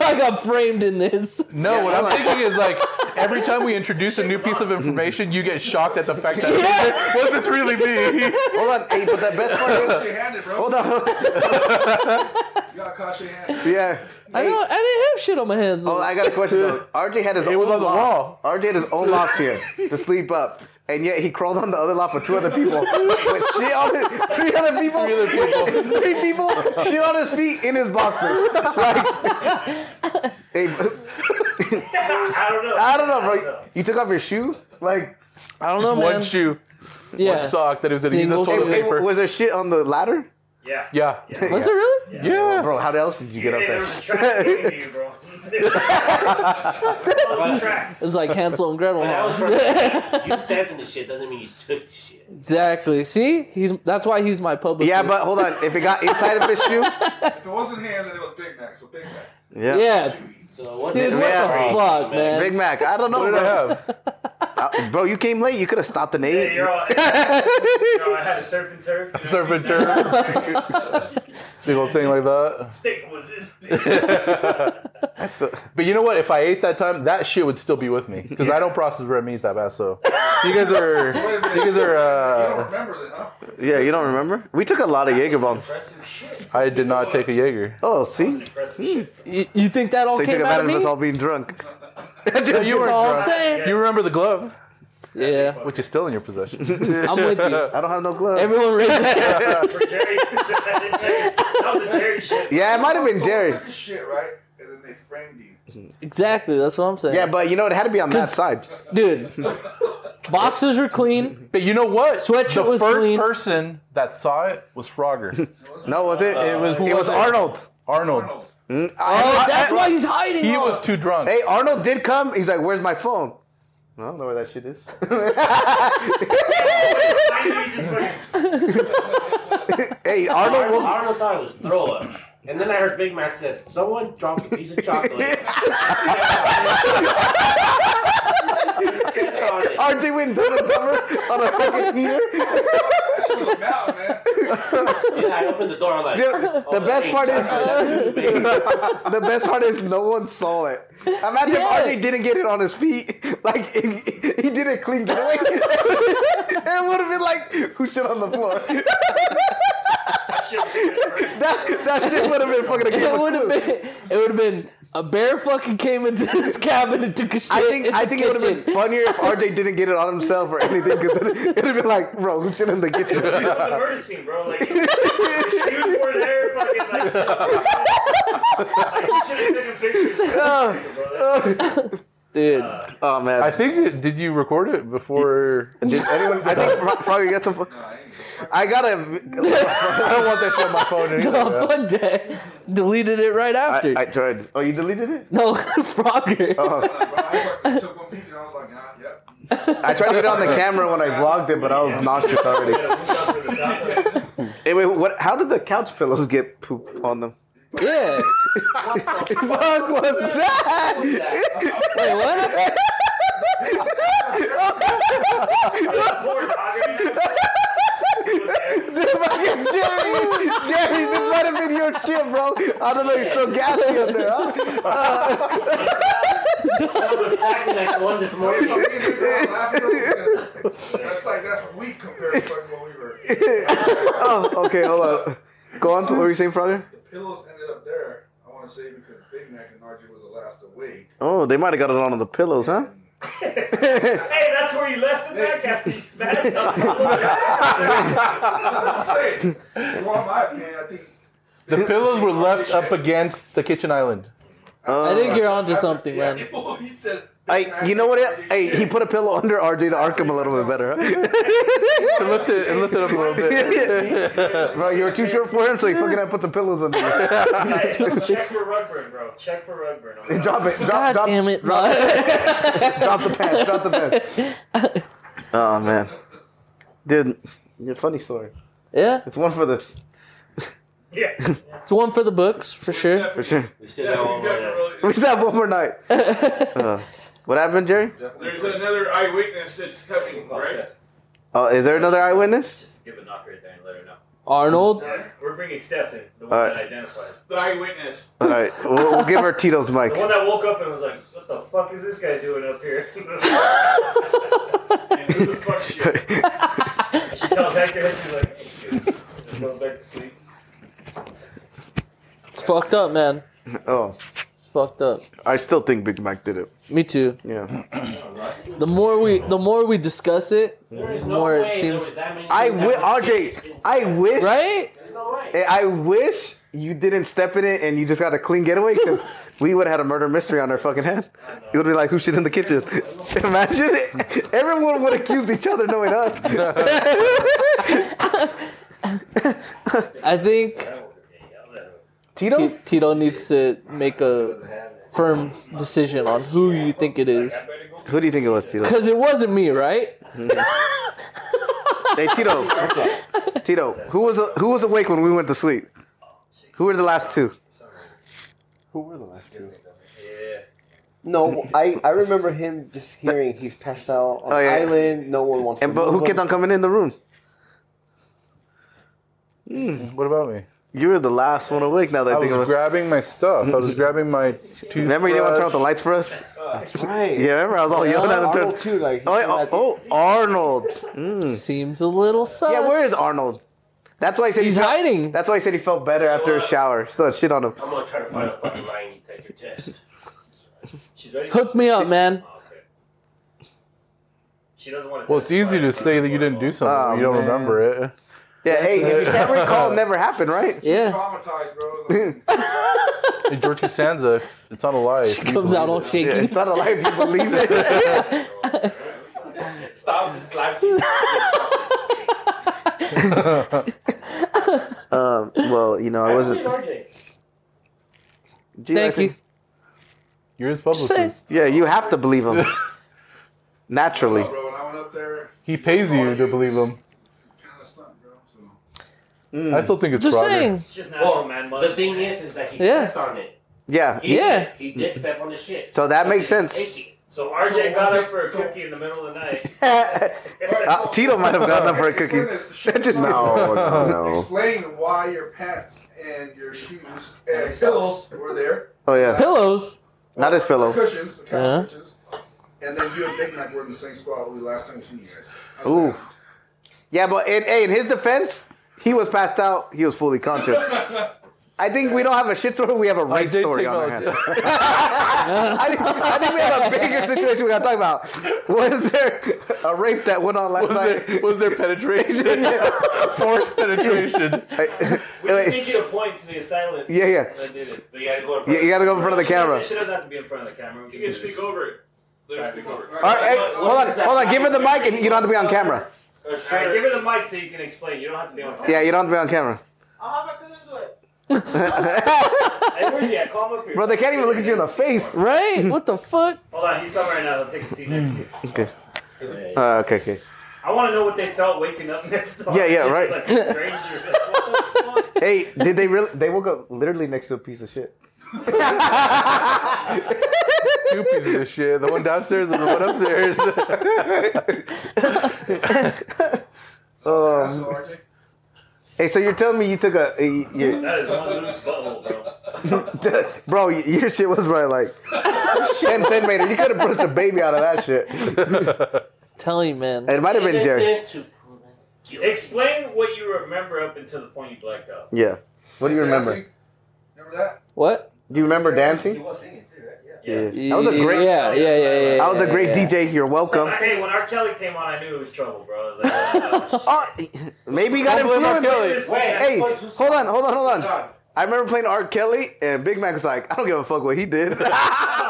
Speaker 3: I got framed in this.
Speaker 2: No, what I'm thinking is like every time we introduce a new piece of information, you get shocked at the fact that
Speaker 3: Yeah.
Speaker 2: what does this really mean?
Speaker 1: Hold on, hey, but the best part was.
Speaker 6: Shea-handed, bro.
Speaker 1: Hold on.
Speaker 6: You got caught shea-handed.
Speaker 1: yeah.
Speaker 3: I
Speaker 1: Hey,
Speaker 3: know I didn't have shit on my hands.
Speaker 1: Oh, I got a question though. RJ had his
Speaker 2: It
Speaker 1: own
Speaker 2: was on the
Speaker 1: loft.
Speaker 2: wall.
Speaker 1: RJ had his own loft here to sleep up. And yet he crawled on the other loft with two other people. with shit on his, three other people. Three
Speaker 2: other people.
Speaker 1: three people. Shit on his feet in his boxers. Like- hey,
Speaker 5: I don't know.
Speaker 1: I don't know, bro. You took off your shoe? Like,
Speaker 3: I don't know, man.
Speaker 2: One shoe,
Speaker 3: yeah.
Speaker 2: sock that is that he's a
Speaker 3: Single
Speaker 2: toilet
Speaker 3: shoe.
Speaker 1: hey,
Speaker 2: paper.
Speaker 1: was there shit on the ladder?
Speaker 5: Yeah.
Speaker 2: yeah.
Speaker 3: Was it really?
Speaker 5: Yeah.
Speaker 2: Yes.
Speaker 1: Bro, how else did you get up
Speaker 5: Hey, there was a track
Speaker 1: there?
Speaker 5: leading to you, bro. All the tracks.
Speaker 3: It was like Hansel and Gretel.
Speaker 4: But that was for you stepped in the shit doesn't mean you took the shit.
Speaker 3: exactly. See, he's that's why he's my publicist.
Speaker 1: yeah, but hold on. If it got inside of his shoe,
Speaker 6: If it wasn't ham, then it was Big Mac. So Big Mac.
Speaker 1: yeah.
Speaker 3: yeah,
Speaker 4: So what's
Speaker 3: dude,
Speaker 4: it-
Speaker 3: what
Speaker 1: Yeah.
Speaker 3: the fuck, man?
Speaker 1: Big Mac. I don't know,
Speaker 2: What did I
Speaker 1: bro.
Speaker 2: have?
Speaker 1: Uh, bro, you came late. You could have stopped and
Speaker 5: Hey,
Speaker 1: ate.
Speaker 5: you're all, you know, I had a surf and turf. you know,
Speaker 2: Surf and
Speaker 5: turf.
Speaker 2: Big old thing like that.
Speaker 5: Stick was this big.
Speaker 1: That's the-
Speaker 2: But you know what? If I ate that time, that shit would still be with me because I don't process red meats that bad. So you guys are,
Speaker 6: Wait a minute.
Speaker 2: you guys are.
Speaker 6: You don't
Speaker 2: Uh,
Speaker 6: remember that, huh?
Speaker 1: yeah, you don't remember? We took a lot of Jaeger bombs.
Speaker 5: Impressive shit.
Speaker 2: I did not take a Jaeger.
Speaker 1: Oh, see?
Speaker 5: Impressive shit.
Speaker 3: You, you think that all
Speaker 1: So you took
Speaker 3: came out of
Speaker 1: advantage
Speaker 3: me?
Speaker 1: of us all being drunk.
Speaker 2: you
Speaker 3: That's
Speaker 2: were
Speaker 3: all I'm
Speaker 2: drunk.
Speaker 3: saying.
Speaker 2: You remember the glove,
Speaker 3: Yeah,
Speaker 2: which is still in your possession.
Speaker 3: I'm with you.
Speaker 1: I don't have no gloves.
Speaker 3: Everyone raise their hand.
Speaker 5: For Jerry. that was the Jerry shit.
Speaker 1: yeah, it might have been
Speaker 6: Someone
Speaker 1: Jerry.
Speaker 6: took a shit, right? And then they framed you.
Speaker 3: Exactly, that's what I'm saying.
Speaker 1: Yeah, but you know, it had to be on that
Speaker 3: 'Cause-
Speaker 1: side.
Speaker 3: dude, boxes were clean.
Speaker 2: But you know what?
Speaker 3: Sweatshirt
Speaker 2: the
Speaker 3: was
Speaker 2: first
Speaker 3: clean.
Speaker 2: person that saw it was Frogger.
Speaker 1: No, was it?
Speaker 2: it was who
Speaker 1: it was Arnold.
Speaker 2: Arnold.
Speaker 6: Arnold.
Speaker 1: Mm,
Speaker 3: Oh,
Speaker 1: I-
Speaker 3: that's
Speaker 1: I-
Speaker 3: why he's hiding.
Speaker 2: He
Speaker 3: huh?
Speaker 2: was too drunk.
Speaker 1: Hey, Arnold did come. He's like, "Where's my phone?" I don't know where that shit is.
Speaker 5: I knew you just fucking.
Speaker 1: hey,
Speaker 4: Arnold,
Speaker 1: Arnold. will-
Speaker 4: Arnold thought it was throw up. And then I heard Big Mac says, someone dropped a piece of chocolate. I
Speaker 1: RJ went down the number on a fucking heater.
Speaker 6: That shit was a mountain, man.
Speaker 4: opened the door. I'm like, "Oh,
Speaker 1: The-
Speaker 3: Oh,
Speaker 1: the best part is- the best part is no one saw it. Imagine
Speaker 3: Yeah.
Speaker 1: if RJ didn't get it on his feet. Like if he- he did it clean going, it would have been like who shit on the floor.
Speaker 5: That shit was good, bro.
Speaker 1: That, that shit would have been fucking a game
Speaker 3: It
Speaker 1: of
Speaker 3: would have
Speaker 1: clues.
Speaker 3: been. It would have been. A bear fucking came into this cabin and took a shit.
Speaker 1: I think
Speaker 3: in the
Speaker 1: I think it would
Speaker 3: kitchen.
Speaker 1: have been funnier if RJ didn't get it on himself or anything because it would have been like, bro, who shit in the
Speaker 5: It was a
Speaker 1: kitchen?
Speaker 5: murder scene, bro. Like, the shoes were there, fucking, like, like, you should have taken pictures. Bro, That's-
Speaker 3: dude.
Speaker 1: oh man.
Speaker 2: I think it- did you record it before?
Speaker 1: Did anyone? I think Fro- Froggy got some. I got a.
Speaker 2: I don't want that shit on my phone anymore.
Speaker 3: no, fuck that. Deleted it right after.
Speaker 1: I, I tried. Oh, you deleted it?
Speaker 3: no, Frogger.
Speaker 1: Oh,
Speaker 6: Bro, I fucking took one peek and I was like, nah, yep.
Speaker 1: I tried to get it on the camera when I vlogged it, but I was nauseous already. Hey, wait, what? How did the couch pillows get poop on them?
Speaker 3: Yeah.
Speaker 1: Fuck was that?
Speaker 3: Wait, what?
Speaker 5: Poor dog.
Speaker 1: Fucking Jerry, Jerry, this might have been your shit, bro. I don't know. You're so gassy up there, huh?
Speaker 4: That was exactly like the one this morning.
Speaker 6: Me and Victor were laughing because That's like, that's weak compared to fucking what we were.
Speaker 1: Oh, okay. Hold on. Go on. What were you saying, Frogger?
Speaker 6: Pillows ended up there, I want to say, because Big Mac and RJ were the last awake.
Speaker 1: Oh, they might have got it on the pillows, huh?
Speaker 5: Hey, that's where you left it back after you smashed it.
Speaker 6: That's what I'm saying. Well, in my opinion, I think
Speaker 2: The pillows were left up against the kitchen island.
Speaker 3: I
Speaker 1: Uh,
Speaker 3: think you're onto
Speaker 6: After-
Speaker 3: something,
Speaker 6: yeah,
Speaker 3: man.
Speaker 6: He said,
Speaker 1: I, you know what? it- Hey, he put a pillow under RJ to arc him a little bit better. huh?
Speaker 2: It lifted, it lifted up a little bit.
Speaker 1: Bro, you were too short for him, so he fucking had to put some pillows under. you.
Speaker 5: Hey, check for rug burn, bro. Check for rug burn. I'm
Speaker 1: drop it. Drop,
Speaker 3: God
Speaker 1: drop,
Speaker 3: damn it!
Speaker 1: drop the pants. Drop the pants. Oh man, dude, yeah, funny story.
Speaker 3: yeah,
Speaker 1: It's one for the
Speaker 5: Yeah.
Speaker 3: it's one for the books for sure.
Speaker 1: for sure.
Speaker 4: We still got one more there.
Speaker 1: We still have one more night. Uh, what happened, Jerry?
Speaker 6: There's another eyewitness that's coming, right?
Speaker 1: Oh, is there another eyewitness?
Speaker 5: Just give a knock right there and let her know.
Speaker 3: Arnold,
Speaker 5: Alright, We're bringing Steph in, the one
Speaker 1: All right.
Speaker 5: that identified.
Speaker 6: The eyewitness.
Speaker 1: All right, we'll, we'll give her Tito's mic.
Speaker 5: The one that woke up and was like, what the fuck is this guy doing up here?
Speaker 6: And who the fuck shit?
Speaker 5: she tells Hector and she's like, "Oh, shit." goes back to sleep.
Speaker 3: it's fucked up, man.
Speaker 1: oh,
Speaker 3: It's fucked up.
Speaker 1: I still think Big Mac did it.
Speaker 3: Me too.
Speaker 1: Yeah,
Speaker 3: The more we, the more we discuss it,
Speaker 5: There is
Speaker 3: the
Speaker 5: no
Speaker 3: more
Speaker 5: way
Speaker 3: it
Speaker 5: there
Speaker 3: seems.
Speaker 5: was that many
Speaker 1: I
Speaker 5: people
Speaker 1: wi-
Speaker 5: that were
Speaker 1: RJ,
Speaker 5: kicked
Speaker 1: I
Speaker 5: inside.
Speaker 1: wish,
Speaker 3: Right?
Speaker 5: There's no way.
Speaker 1: Hey, I wish you didn't step in it and you just got a clean getaway because we would have had a murder mystery on our fucking head. It would be like who shit in the kitchen. Imagine it. Everyone would accuse each other knowing us.
Speaker 3: I think T-
Speaker 1: Tito?
Speaker 3: Tito needs to make a firm decision on who you think it is.
Speaker 1: Who do you think it was, Tito?
Speaker 3: Because it wasn't me, right?
Speaker 1: Hey, Tito. Tito, who was who was awake when we went to sleep? Who were the last two?
Speaker 7: Who were the last two?
Speaker 5: Yeah.
Speaker 7: No, I, I remember him just hearing he's passed out on
Speaker 1: Oh, yeah.
Speaker 7: island. No one wants
Speaker 1: And
Speaker 7: to.
Speaker 1: but
Speaker 7: move
Speaker 1: who kept
Speaker 7: him.
Speaker 1: on coming in the room?
Speaker 2: What about me?
Speaker 1: You were the last one awake. Now that
Speaker 2: I
Speaker 1: I think
Speaker 2: was
Speaker 1: of it.
Speaker 2: grabbing my stuff. I was grabbing my toothbrush.
Speaker 1: Remember you didn't want to turn off the lights for us?
Speaker 7: Right.
Speaker 1: Yeah, remember I was all yelling at him.
Speaker 7: Arnold
Speaker 1: Turn-
Speaker 7: too. Like. he
Speaker 1: oh,
Speaker 7: still
Speaker 1: yeah,
Speaker 7: has-
Speaker 1: oh, oh, Arnold. Mm.
Speaker 3: Seems a little sus.
Speaker 1: Yeah, where is Arnold? That's why he said
Speaker 3: He's
Speaker 1: he felt-
Speaker 3: hiding.
Speaker 1: That's why he said he felt better after a shower. Still had shit on him.
Speaker 5: I'm gonna try to find a fucking line and take your test. She's ready?
Speaker 3: Hook me up, man.
Speaker 5: Oh, okay. She doesn't want to
Speaker 2: Well, it's easy to say that you didn't do something.
Speaker 1: Oh,
Speaker 2: when you don't
Speaker 1: man.
Speaker 2: remember it.
Speaker 1: Yeah, hey, if you can't recall, it never happened, right?
Speaker 3: Yeah.
Speaker 6: Traumatized, bro. Like,
Speaker 2: Hey, George Costanza, if it's not a lie. if you
Speaker 3: Comes out all
Speaker 2: believe it.
Speaker 1: Yeah,
Speaker 3: shaking.
Speaker 1: it's not a lie if you believe it.
Speaker 5: Stops his life.
Speaker 1: um, well, you know, I wasn't. Gee, I
Speaker 3: Thank you.
Speaker 1: think-
Speaker 2: You're his
Speaker 3: saying.
Speaker 2: publicist.
Speaker 1: Yeah, you have to believe him. Naturally.
Speaker 6: bro, when oh, I went up there,
Speaker 2: He pays you to believe him.
Speaker 6: kind of stuck, bro. So.
Speaker 2: I still think it's
Speaker 3: Just
Speaker 2: Roger.
Speaker 3: saying.
Speaker 5: It's just natural, man. Mother. The thing is, is that he
Speaker 3: Yeah.
Speaker 5: stepped on it.
Speaker 1: Yeah.
Speaker 5: He
Speaker 3: Yeah.
Speaker 5: Did, he did step on the shit.
Speaker 1: So that makes
Speaker 5: he didn't
Speaker 1: sense.
Speaker 5: take it. So RJ
Speaker 6: So
Speaker 5: got
Speaker 6: one
Speaker 5: up
Speaker 6: day-
Speaker 5: for a
Speaker 6: so-
Speaker 5: cookie in the middle of the night.
Speaker 1: Uh, Tito might have gotten up for a cookie. Just-
Speaker 7: No, no, no.
Speaker 6: Explain why your pants and your shoes and pillows were there.
Speaker 1: Oh yeah,
Speaker 3: Pillows.
Speaker 1: not his pillow.
Speaker 6: Cushions, the couch
Speaker 3: Uh-huh.
Speaker 6: cushions. And then you and Big Mac were in the same spot we last time we seen you guys. I don't
Speaker 1: Ooh.
Speaker 6: know.
Speaker 1: Yeah, but in, hey, in his defense, he was passed out. He was fully conscious. I think we don't have a shit story. We have a
Speaker 2: I
Speaker 1: right
Speaker 2: did
Speaker 1: story
Speaker 2: take
Speaker 1: on our
Speaker 2: my-
Speaker 1: hands. I, think, I think we have a bigger situation we gotta talk about. Was there a rape that went on last
Speaker 2: Was
Speaker 1: night?
Speaker 2: there, was there penetration? Forced penetration.
Speaker 1: I-
Speaker 5: We just
Speaker 1: wait,
Speaker 5: need you to point to the assailant.
Speaker 1: yeah, yeah.
Speaker 5: I did it. But you gotta go in front
Speaker 1: You, you gotta go in front of the camera.
Speaker 5: She doesn't have to be in front of the camera. We
Speaker 6: You can speak over it. Let her speak over it.
Speaker 1: All right, hey, hold on, hold on. Give her the mic, and you don't have to be on camera.
Speaker 5: All right, give her the mic so you can explain. You don't have to be on camera.
Speaker 1: Yeah, you don't have to be on camera,
Speaker 5: Hey, where's he at? Call him up here.
Speaker 1: bro. They can't even look at you in the face.
Speaker 3: Right? What the fuck?
Speaker 5: Hold on, he's coming right now. He'll take a seat next to you.
Speaker 1: Okay.
Speaker 5: Yeah, yeah.
Speaker 1: Uh, okay, okay.
Speaker 5: I want to know what they felt waking up next to
Speaker 1: Yeah, yeah,
Speaker 5: RJ,
Speaker 1: right.
Speaker 5: Like a stranger. Like, what the fuck?
Speaker 1: Hey, did they really? They woke up literally next to a piece of shit.
Speaker 2: Two pieces of shit. The one downstairs and the one upstairs.
Speaker 6: That's
Speaker 1: Um,
Speaker 6: all, RJ.
Speaker 1: Hey, so you're telling me you took a, a- you-
Speaker 5: That is one loose butthole, bro.
Speaker 1: bro? Your shit was probably like 10 centimeters. You could have pushed a baby out of that shit.
Speaker 3: Telling you, man.
Speaker 1: It might have been Jerry.
Speaker 5: Explain what you remember up until the point you blacked out.
Speaker 1: Yeah. What do you remember?
Speaker 6: Dancing. Remember that?
Speaker 3: What?
Speaker 1: Do you remember dancing?
Speaker 4: was singing too, right? Yeah.
Speaker 5: Yeah.
Speaker 1: That was a great-
Speaker 3: Yeah, yeah, yeah, yeah.
Speaker 1: I was a great
Speaker 3: yeah, yeah.
Speaker 1: DJ. You're welcome.
Speaker 5: Hey, when R. Kelly came on, I knew it was trouble, bro. I was like, oh,
Speaker 1: Oh, maybe you got
Speaker 2: Don't blame R.
Speaker 1: influenced.
Speaker 2: Kelly.
Speaker 5: Wait,
Speaker 1: Hey, hold on, hold on, hold on. I remember playing R. Kelly, and Big Mac was like, "I don't give a fuck what he did."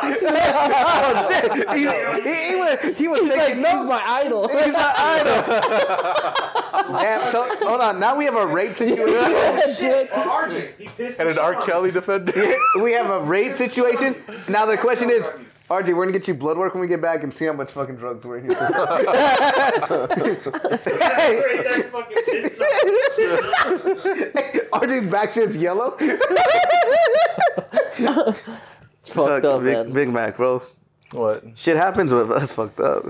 Speaker 1: Oh, shit. He, he, he was, he was
Speaker 3: He's like,
Speaker 1: taking notes.
Speaker 3: he's my idol.
Speaker 1: He's my idol. and so, hold on. Now we have a rape situation.
Speaker 3: Shit.
Speaker 6: RJ.
Speaker 5: He pissed
Speaker 2: And
Speaker 5: me
Speaker 2: an R.
Speaker 5: off.
Speaker 2: Kelly defender.
Speaker 1: we have a rape situation. Now the question is, RJ, we're gonna get you blood work when we get back and see how much fucking drugs we're in here. hey,
Speaker 5: Right there, fucking pissed off.
Speaker 1: RJ's back shit's yellow.
Speaker 3: It's fucked up, man.
Speaker 1: Big, Big Mac, bro.
Speaker 2: what?
Speaker 1: Shit happens with us. Fucked up.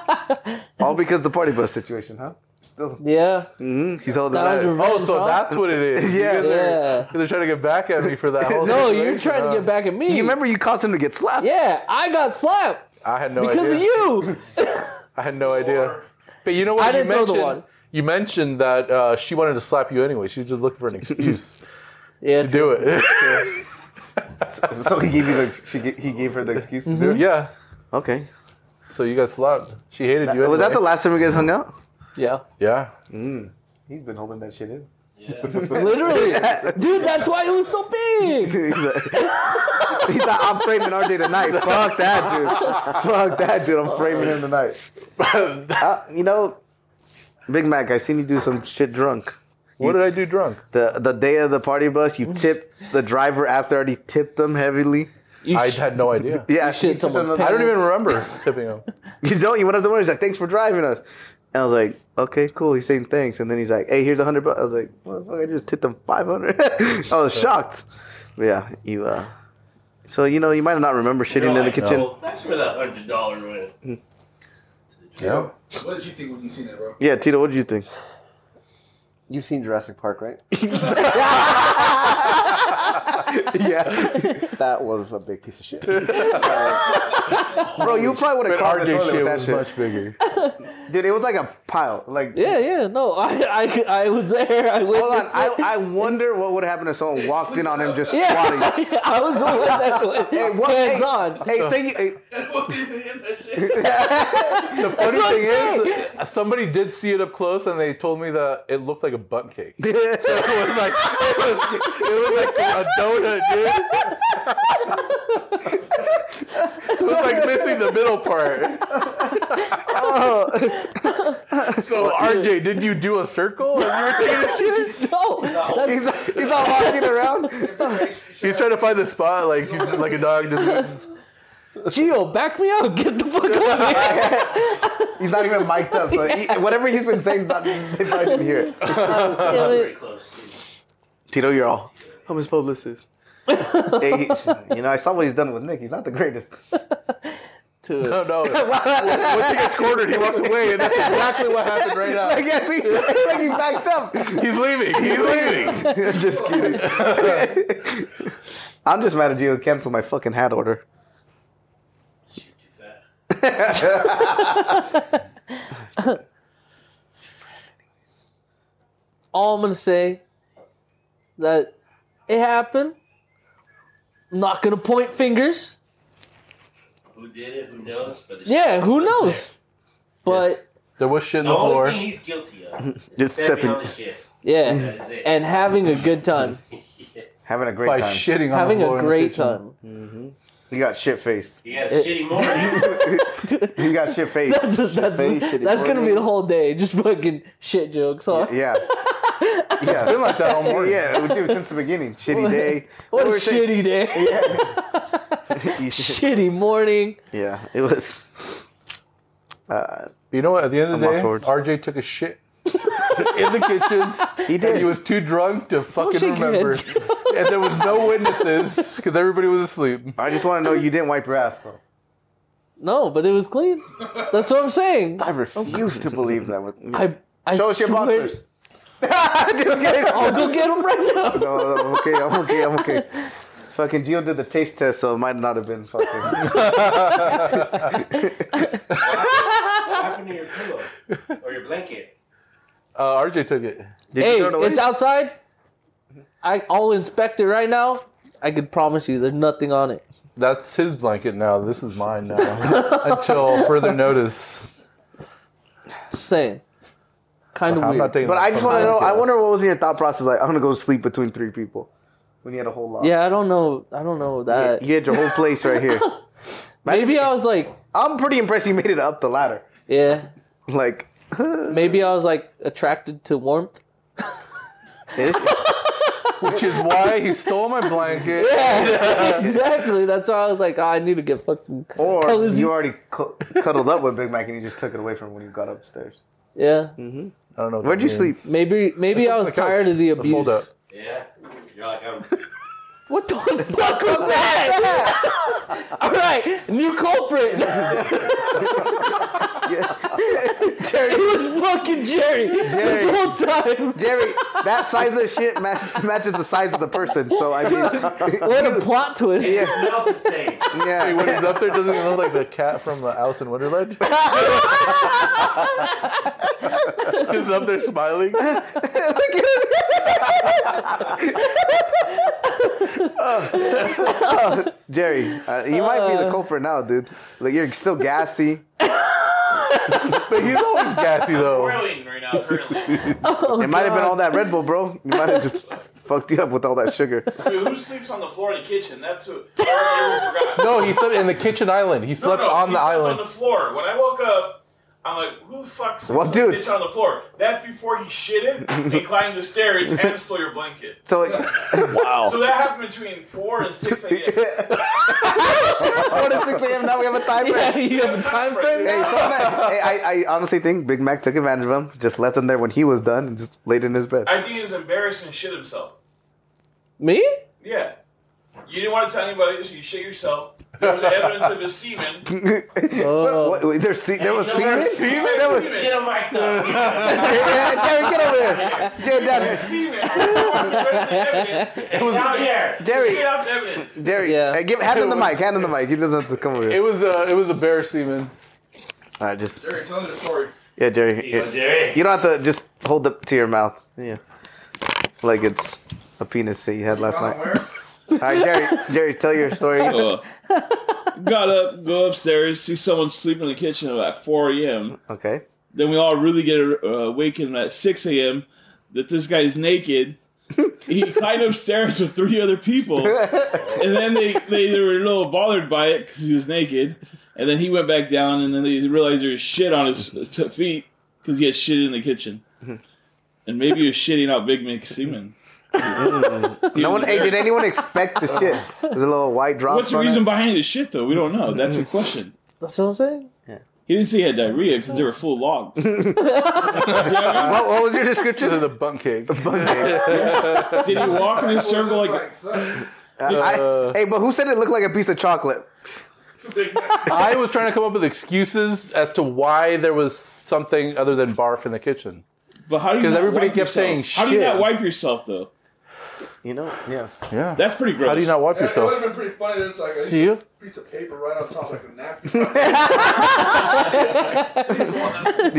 Speaker 1: All because the party bus situation, huh? Still,
Speaker 3: Yeah.
Speaker 1: Mhm, he's holding
Speaker 3: That was
Speaker 1: that.
Speaker 3: revenge,
Speaker 2: Oh, so
Speaker 3: huh?
Speaker 2: that's what it is. You
Speaker 1: Yeah.
Speaker 2: guys are-
Speaker 3: Yeah.
Speaker 2: They're trying to get back at me for that. Whole
Speaker 3: No,
Speaker 2: situation,
Speaker 3: you're trying to
Speaker 2: huh?
Speaker 3: get back at me.
Speaker 1: You remember you caused him to get slapped?
Speaker 3: Yeah, I got slapped
Speaker 2: Oh, I had no
Speaker 3: because
Speaker 2: idea.
Speaker 3: of you.
Speaker 2: I had no idea. But you know what?
Speaker 3: I
Speaker 2: you
Speaker 3: didn't throw the
Speaker 2: mentioned-
Speaker 3: water.
Speaker 2: You mentioned that uh, she wanted to slap you anyway. She was just looking for an excuse
Speaker 3: Yeah.
Speaker 2: to do it.
Speaker 1: So he gave you the she, ga- he gave her the excuse to do it.
Speaker 2: Mm-hmm. yeah.
Speaker 1: Okay.
Speaker 2: So you got slapped. She hated you.
Speaker 1: Was that the
Speaker 2: anyway.
Speaker 1: last time you guys hung out?
Speaker 3: Yeah.
Speaker 2: Yeah.
Speaker 1: He's been holding that shit in.
Speaker 3: Literally. Dude, that's why it was so big.
Speaker 1: He's like, he's like, I'm framing RJ tonight. Fuck that, dude. Fuck that, dude. I'm framing him tonight. Uh, you know, Big Mac, I've seen you do some shit drunk.
Speaker 2: What did I do drunk?
Speaker 1: The the day of the party bus, you tipped the driver after already tipped them heavily.
Speaker 3: You
Speaker 2: I
Speaker 3: sh-
Speaker 2: had no idea.
Speaker 1: Yeah, you
Speaker 3: shit
Speaker 1: tipped
Speaker 3: someone's
Speaker 1: them-
Speaker 2: I
Speaker 3: pants.
Speaker 2: don't even remember tipping him.
Speaker 1: You don't. You went up to one. He's like, "Thanks for driving us." And I was like, "Okay, cool." He's saying thanks, and then he's like, "Hey, here's a hundred bucks." I was like, "Motherfucker, I just tipped him 500 I was shocked. But yeah, you. uh So you know, you might not remember shitting in the
Speaker 5: Like,
Speaker 1: kitchen.
Speaker 5: "Oh, That's where that hundred dollar went.
Speaker 2: Yeah.
Speaker 6: What did you think when you seen that, bro?
Speaker 1: Yeah, Tito, what did you think?
Speaker 7: You've seen Jurassic Park, right?
Speaker 1: yeah,
Speaker 7: That was a big piece of shit.
Speaker 1: bro, you probably would have
Speaker 2: But
Speaker 1: clogged the
Speaker 2: RJ
Speaker 1: toilet with
Speaker 2: shit
Speaker 1: that
Speaker 2: was
Speaker 1: shit,
Speaker 2: much bigger.
Speaker 1: dude. It was like a pile. Like,
Speaker 3: Yeah, yeah, no, I, I, I was there. I
Speaker 1: hold on,
Speaker 3: witnessed
Speaker 1: I,
Speaker 3: it.
Speaker 1: I wonder what would happen if someone walked in on him just squatting.
Speaker 3: yeah, I was the one that went
Speaker 1: Hey, what,
Speaker 3: hands
Speaker 1: hey,
Speaker 3: on.
Speaker 1: hey, say you. Hey,
Speaker 5: That wasn't even in that shit.
Speaker 2: The funny
Speaker 3: what
Speaker 2: thing
Speaker 3: I'm
Speaker 2: is, uh, somebody did see it up close, and they told me that it looked like a butt cake. It was like it, was, it looked like a donut, dude. it was like missing the middle part. So RJ, did you do a circle? And you were taking a shit?
Speaker 3: No, that's,
Speaker 1: he's, he's all walking around.
Speaker 2: He's trying to find the spot, like he's like a dog. Just,
Speaker 3: Gio, back me up. Get the fuck out of here.
Speaker 1: He's not even mic'd up. So he, whatever he's been saying, not, they probably didn't hear it.
Speaker 3: Damn
Speaker 5: Very
Speaker 3: it.
Speaker 5: close. dude.
Speaker 1: Tito, you're all. I'm his publicist. hey, he, you know, I saw what he's done with Nick. He's not the greatest.
Speaker 3: To it.
Speaker 2: no, no. Once he gets cornered, he walks away, and that's exactly what happened right now.
Speaker 1: Like, yeah, see, it's like he backed up.
Speaker 2: He's leaving. He's leaving.
Speaker 1: I'm just kidding. I'm just mad at you. Cancel my fucking hat order.
Speaker 5: Shit, too fat.
Speaker 3: All I'm gonna say that it happened. I'm not gonna point fingers.
Speaker 5: Who did it? Who knows? But the
Speaker 3: Yeah,
Speaker 5: shit-
Speaker 3: who knows? But
Speaker 2: There was shit in
Speaker 5: The
Speaker 2: the
Speaker 5: only
Speaker 2: floor.
Speaker 5: thing he's guilty of is
Speaker 1: Just
Speaker 5: stepping
Speaker 1: stepping-
Speaker 5: on the shit.
Speaker 3: yeah,
Speaker 5: That is it.
Speaker 3: and having a good time,
Speaker 1: Having a great
Speaker 2: by
Speaker 1: time.
Speaker 2: shitting on
Speaker 3: having
Speaker 2: the floor
Speaker 3: a
Speaker 2: in the
Speaker 3: great
Speaker 2: kitchen.
Speaker 3: time.
Speaker 1: You got shit faced.
Speaker 5: you got a
Speaker 3: It-
Speaker 5: shitty morning.
Speaker 1: You got shit faced.
Speaker 3: That's that's
Speaker 1: face, shitty
Speaker 3: that's gonna be
Speaker 1: morning.
Speaker 3: the whole day, just fucking shit jokes. Huh?
Speaker 1: yeah. Yeah.
Speaker 2: Been like that all morning.
Speaker 1: Yeah, we do since the beginning. Shitty day.
Speaker 3: What a
Speaker 1: We were saying-
Speaker 3: shitty day. shitty morning.
Speaker 1: yeah, it was. Uh,
Speaker 2: But you know what? At the end of the
Speaker 1: I'm
Speaker 2: day,
Speaker 1: lost words.
Speaker 2: RJ took a shit in the kitchen.
Speaker 1: he
Speaker 2: And
Speaker 1: did.
Speaker 2: he was too drunk to fucking
Speaker 3: shake your
Speaker 2: remember.
Speaker 3: head.
Speaker 2: and there was no witnesses because everybody was asleep.
Speaker 1: I just want to know you didn't wipe your ass though.
Speaker 3: No, but it was clean. That's what I'm saying.
Speaker 7: I refuse to believe that. With
Speaker 3: I I
Speaker 1: Show us your
Speaker 3: swear-
Speaker 1: boxers. just kidding.
Speaker 3: I'll go get them right now.
Speaker 1: No, no, Oh, I'm okay. I'm okay. I'm okay. Fucking Gio did the taste test, so it might not have been fucking.
Speaker 5: what happened to your pillow or your blanket?
Speaker 2: Uh, RJ took it.
Speaker 1: Did
Speaker 3: Hey,
Speaker 1: you throw it away?
Speaker 3: it's outside. I I'll inspect it right now. I can promise you, there's nothing on it.
Speaker 2: That's his blanket now. This is mine now. Until further notice.
Speaker 3: Just saying. kind of
Speaker 2: I'm
Speaker 3: weird.
Speaker 2: not taking
Speaker 1: But
Speaker 2: that
Speaker 1: I just
Speaker 2: from
Speaker 1: want to
Speaker 2: the
Speaker 1: know. I
Speaker 2: podcast.
Speaker 1: wonder what was in your thought process. Like, I'm gonna go sleep between three people when you had a whole lot.
Speaker 3: yeah, uh, I don't know. I don't know that.
Speaker 1: you had your whole place right here.
Speaker 3: Maybe I was like,
Speaker 1: I'm pretty impressed you made it up the ladder.
Speaker 3: yeah.
Speaker 1: Like,
Speaker 3: Maybe I was like attracted to warmth.
Speaker 2: Which is why he stole my blanket.
Speaker 3: exactly. That's why I was like, oh, I need to get fucking
Speaker 1: or
Speaker 3: cozy.
Speaker 1: you already cu- cuddled up with Big Mac and you just took it away from him when you got upstairs.
Speaker 3: yeah.
Speaker 2: I don't know. what
Speaker 1: Where'd
Speaker 2: that
Speaker 1: you sleep?
Speaker 2: means.
Speaker 3: Maybe maybe I was
Speaker 2: the couch.
Speaker 3: tired of the
Speaker 2: The fold
Speaker 3: abuse.
Speaker 2: up.
Speaker 5: Yeah. You're like,
Speaker 4: um,
Speaker 5: I'm.
Speaker 3: What the fuck was that? All right, new culprit. It was fucking Jerry,
Speaker 1: Jerry.
Speaker 3: this whole time.
Speaker 1: Jerry, that size of shit match- matches the size of the person. So I mean,
Speaker 3: What a plot twist.
Speaker 1: Yeah.
Speaker 5: smells the same.
Speaker 1: yeah.
Speaker 2: Hey, when he's up there, doesn't he look like the cat from uh, Alice in Wonderland? he's up there smiling.
Speaker 1: Jerry, uh, you might be the
Speaker 3: Uh.
Speaker 1: culprit now, dude. Like you're still gassy.
Speaker 2: But he's always gassy, though.
Speaker 5: Curling right now, curling.
Speaker 3: Oh,
Speaker 1: It might have been
Speaker 3: God.
Speaker 1: all that Red Bull, bro. You might have just fucked you up with all that sugar.
Speaker 5: Dude, who sleeps on the floor in the kitchen? That's who. Everyone forgot.
Speaker 2: No, he slept in the kitchen island. He
Speaker 5: No,
Speaker 2: slept
Speaker 5: no,
Speaker 2: on
Speaker 5: he
Speaker 2: the
Speaker 5: slept
Speaker 2: island.
Speaker 5: On the floor. When I woke up, I'm like, who the fuck sleeps
Speaker 1: Well,
Speaker 5: on
Speaker 1: dude.
Speaker 5: the bitch on the floor? That's before he shit in and climbed the stairs and stole your blanket.
Speaker 1: So
Speaker 2: wow.
Speaker 5: So that happened between four and six a.m.
Speaker 1: four to six a.m. Now we have a time.
Speaker 3: Yeah,
Speaker 1: frame.
Speaker 3: you have a time frame.
Speaker 1: Hey,
Speaker 3: now?
Speaker 1: so Mac- hey, I, I honestly think Big Mac took advantage of him. Just left him there when he was done and just laid in his bed.
Speaker 5: I think he was embarrassed and shit himself.
Speaker 3: Me?
Speaker 5: Yeah. You didn't want to tell anybody, so you shit yourself. There was evidence of his semen.
Speaker 3: Oh.
Speaker 1: What- what- there's se- there was
Speaker 5: Hey, no,
Speaker 1: semen.
Speaker 5: there's semen?
Speaker 1: There was-
Speaker 5: Semen.
Speaker 4: Get him right though.
Speaker 1: Yeah, Jerry, get over here. Get down
Speaker 5: There's
Speaker 1: here.
Speaker 5: semen. Where's the evidence? It was
Speaker 4: Down here.
Speaker 5: Get
Speaker 1: Jerry,
Speaker 5: out the evidence.
Speaker 1: Jerry,
Speaker 3: Yeah.
Speaker 1: uh, give, hand him the mic. Hand him the mic. He doesn't have to come over
Speaker 2: It
Speaker 1: here.
Speaker 2: was uh, it was a bear semen.
Speaker 1: All right, just
Speaker 6: Jerry, tell me the story.
Speaker 1: yeah, Jerry.
Speaker 4: You
Speaker 1: here.
Speaker 4: go, Jerry.
Speaker 1: You don't have to just hold it to your mouth. Yeah. Like it's a penis that you had last
Speaker 6: Down
Speaker 1: night.
Speaker 6: where?
Speaker 1: All right, Jerry, Jerry, tell your story.
Speaker 5: Uh, got up, go upstairs, see someone sleeping in the kitchen at 4 a.m.
Speaker 1: Okay.
Speaker 5: Then we all really get uh, awakened at 6 a.m. that this guy's naked. he climbed upstairs with three other people, and then they, they, they were a little bothered by it because he was naked. And then he went back down, and then they realized there was shit on his t- feet because he had shit in the kitchen. And maybe he was shitting out Big Mick semen.
Speaker 1: No one. Hey, did anyone expect the shit? There's a little white drop.
Speaker 5: What's the
Speaker 1: on it.
Speaker 5: reason behind his shit, though? We don't know. That's the question.
Speaker 3: That's what I'm saying.
Speaker 5: He didn't say he had diarrhea because they were full of logs.
Speaker 1: What, what was your
Speaker 2: It
Speaker 1: description?
Speaker 2: was a bunk cake.
Speaker 5: Did he walk in a circle like?
Speaker 6: Like, son,
Speaker 1: I- hey, but who said it looked like a piece of chocolate?
Speaker 2: I was trying to come up with excuses as to why there was something other than barf in the kitchen.
Speaker 5: But how do you?
Speaker 2: 'Cause
Speaker 5: not
Speaker 2: everybody
Speaker 5: wipe
Speaker 2: kept
Speaker 5: yourself?
Speaker 2: saying
Speaker 5: How do you
Speaker 2: shit.
Speaker 5: not wipe yourself though?
Speaker 1: You know, yeah.
Speaker 2: Yeah.
Speaker 5: That's pretty gross.
Speaker 2: How do you not wipe
Speaker 6: it would have
Speaker 2: yourself?
Speaker 6: been pretty funny. There's like
Speaker 2: See
Speaker 6: a
Speaker 2: you?
Speaker 6: piece of paper right on top, like a napkin.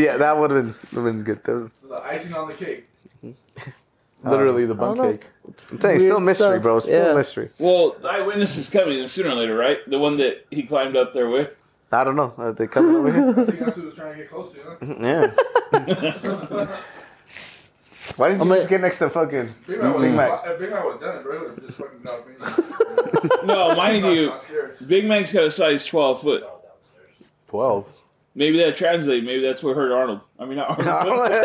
Speaker 1: Yeah, that would have been, would've been good. That would've-
Speaker 6: the icing on the cake.
Speaker 2: Um, Literally the
Speaker 3: I
Speaker 2: bunk
Speaker 3: don't know.
Speaker 2: cake.
Speaker 1: I'm telling you, still
Speaker 3: Weird
Speaker 1: mystery,
Speaker 3: stuff.
Speaker 1: bro. Still
Speaker 3: Yeah.
Speaker 1: mystery.
Speaker 5: Well, the eyewitness is coming sooner or later, right? The one that he climbed up there with.
Speaker 1: I don't know. Are they coming over here?
Speaker 6: I think that's who was trying to get close to.
Speaker 2: Mm-hmm.
Speaker 6: Huh?
Speaker 1: Yeah. Why didn't you
Speaker 3: I'm a-
Speaker 1: just get next to fucking
Speaker 6: Big Mac
Speaker 1: Big
Speaker 6: would
Speaker 1: Mac?
Speaker 6: have done it, bro. He would have just fucking got me.
Speaker 5: No, mind
Speaker 6: I'm
Speaker 5: you,
Speaker 6: not scared.
Speaker 5: Big Mac's got a size twelve foot.
Speaker 2: 12.
Speaker 5: Maybe that translates. Maybe that's what hurt Arnold. I mean, not Arnold.
Speaker 1: Arnold. Well,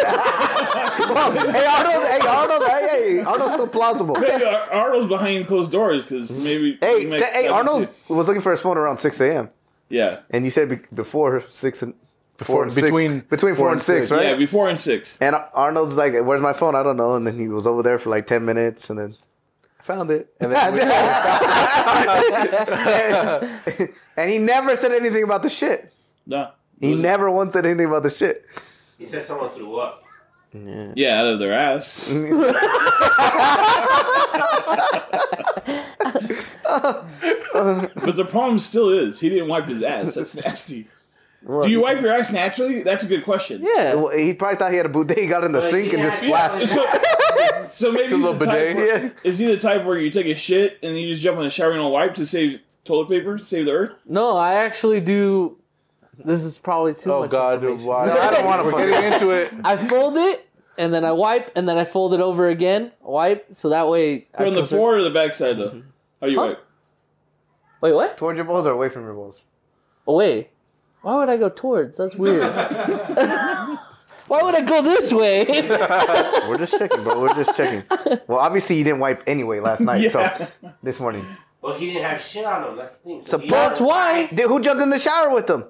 Speaker 1: hey Arnold, hey Arnold, hey, hey, Arnold's still plausible. Hey,
Speaker 5: Maybe Ar- Arnold's behind closed doors because maybe. Big Mac's
Speaker 1: t- hey,
Speaker 5: got him
Speaker 1: Arnold
Speaker 5: too.
Speaker 1: was looking for his phone around 6 a.m.
Speaker 5: Yeah,
Speaker 1: And you said be- before 6 and before
Speaker 2: Four-
Speaker 1: and six-
Speaker 2: between
Speaker 1: between 4 and 6, right?
Speaker 5: yeah, before and six.
Speaker 1: And Ar- Arnold's like, "Where's my phone? I don't know." And then he was over there for like 10 minutes and then I found it. And then And he never said anything about the shit.
Speaker 5: No.
Speaker 1: He
Speaker 5: Was it-
Speaker 1: never once said anything about the shit.
Speaker 4: He said someone threw up.
Speaker 5: Yeah, out of their ass. but the problem still is he didn't wipe his ass. That's nasty. Do you wipe your ass naturally? That's a good question.
Speaker 3: Yeah.
Speaker 1: Well, He probably thought he had a bidet. He got in the
Speaker 4: But
Speaker 1: sink
Speaker 4: he
Speaker 1: and just
Speaker 4: didn't have-
Speaker 1: splashed.
Speaker 5: So, so maybe
Speaker 2: A
Speaker 5: he's
Speaker 2: little
Speaker 5: the
Speaker 2: bidet.
Speaker 5: type where,
Speaker 1: Yeah.
Speaker 5: is he the type where you take a shit and you just jump in the shower and don't wipe to save toilet paper, save the earth?
Speaker 3: No, I actually do. This is probably too
Speaker 2: Oh
Speaker 3: much.
Speaker 2: God,
Speaker 3: information.
Speaker 2: why?
Speaker 1: No, I don't wanna
Speaker 2: We're
Speaker 1: fuck
Speaker 2: getting into it.
Speaker 3: I fold it and then I wipe and then I fold it over again. Wipe so that way. I
Speaker 5: From the
Speaker 3: preserve-
Speaker 5: forward or the backside though? How you
Speaker 3: Huh?
Speaker 5: wipe?
Speaker 3: Wait, what?
Speaker 1: Towards your balls or away from your balls?
Speaker 3: Away. Why would I go towards? That's weird. Why would I go this way?
Speaker 1: We're just checking, bro. We're just checking. Well, obviously you didn't wipe anyway last night, so this morning.
Speaker 4: But he didn't have shit on him. That's the thing.
Speaker 1: So
Speaker 4: he-
Speaker 3: That's why.
Speaker 1: Dude, who jumped in the shower with them?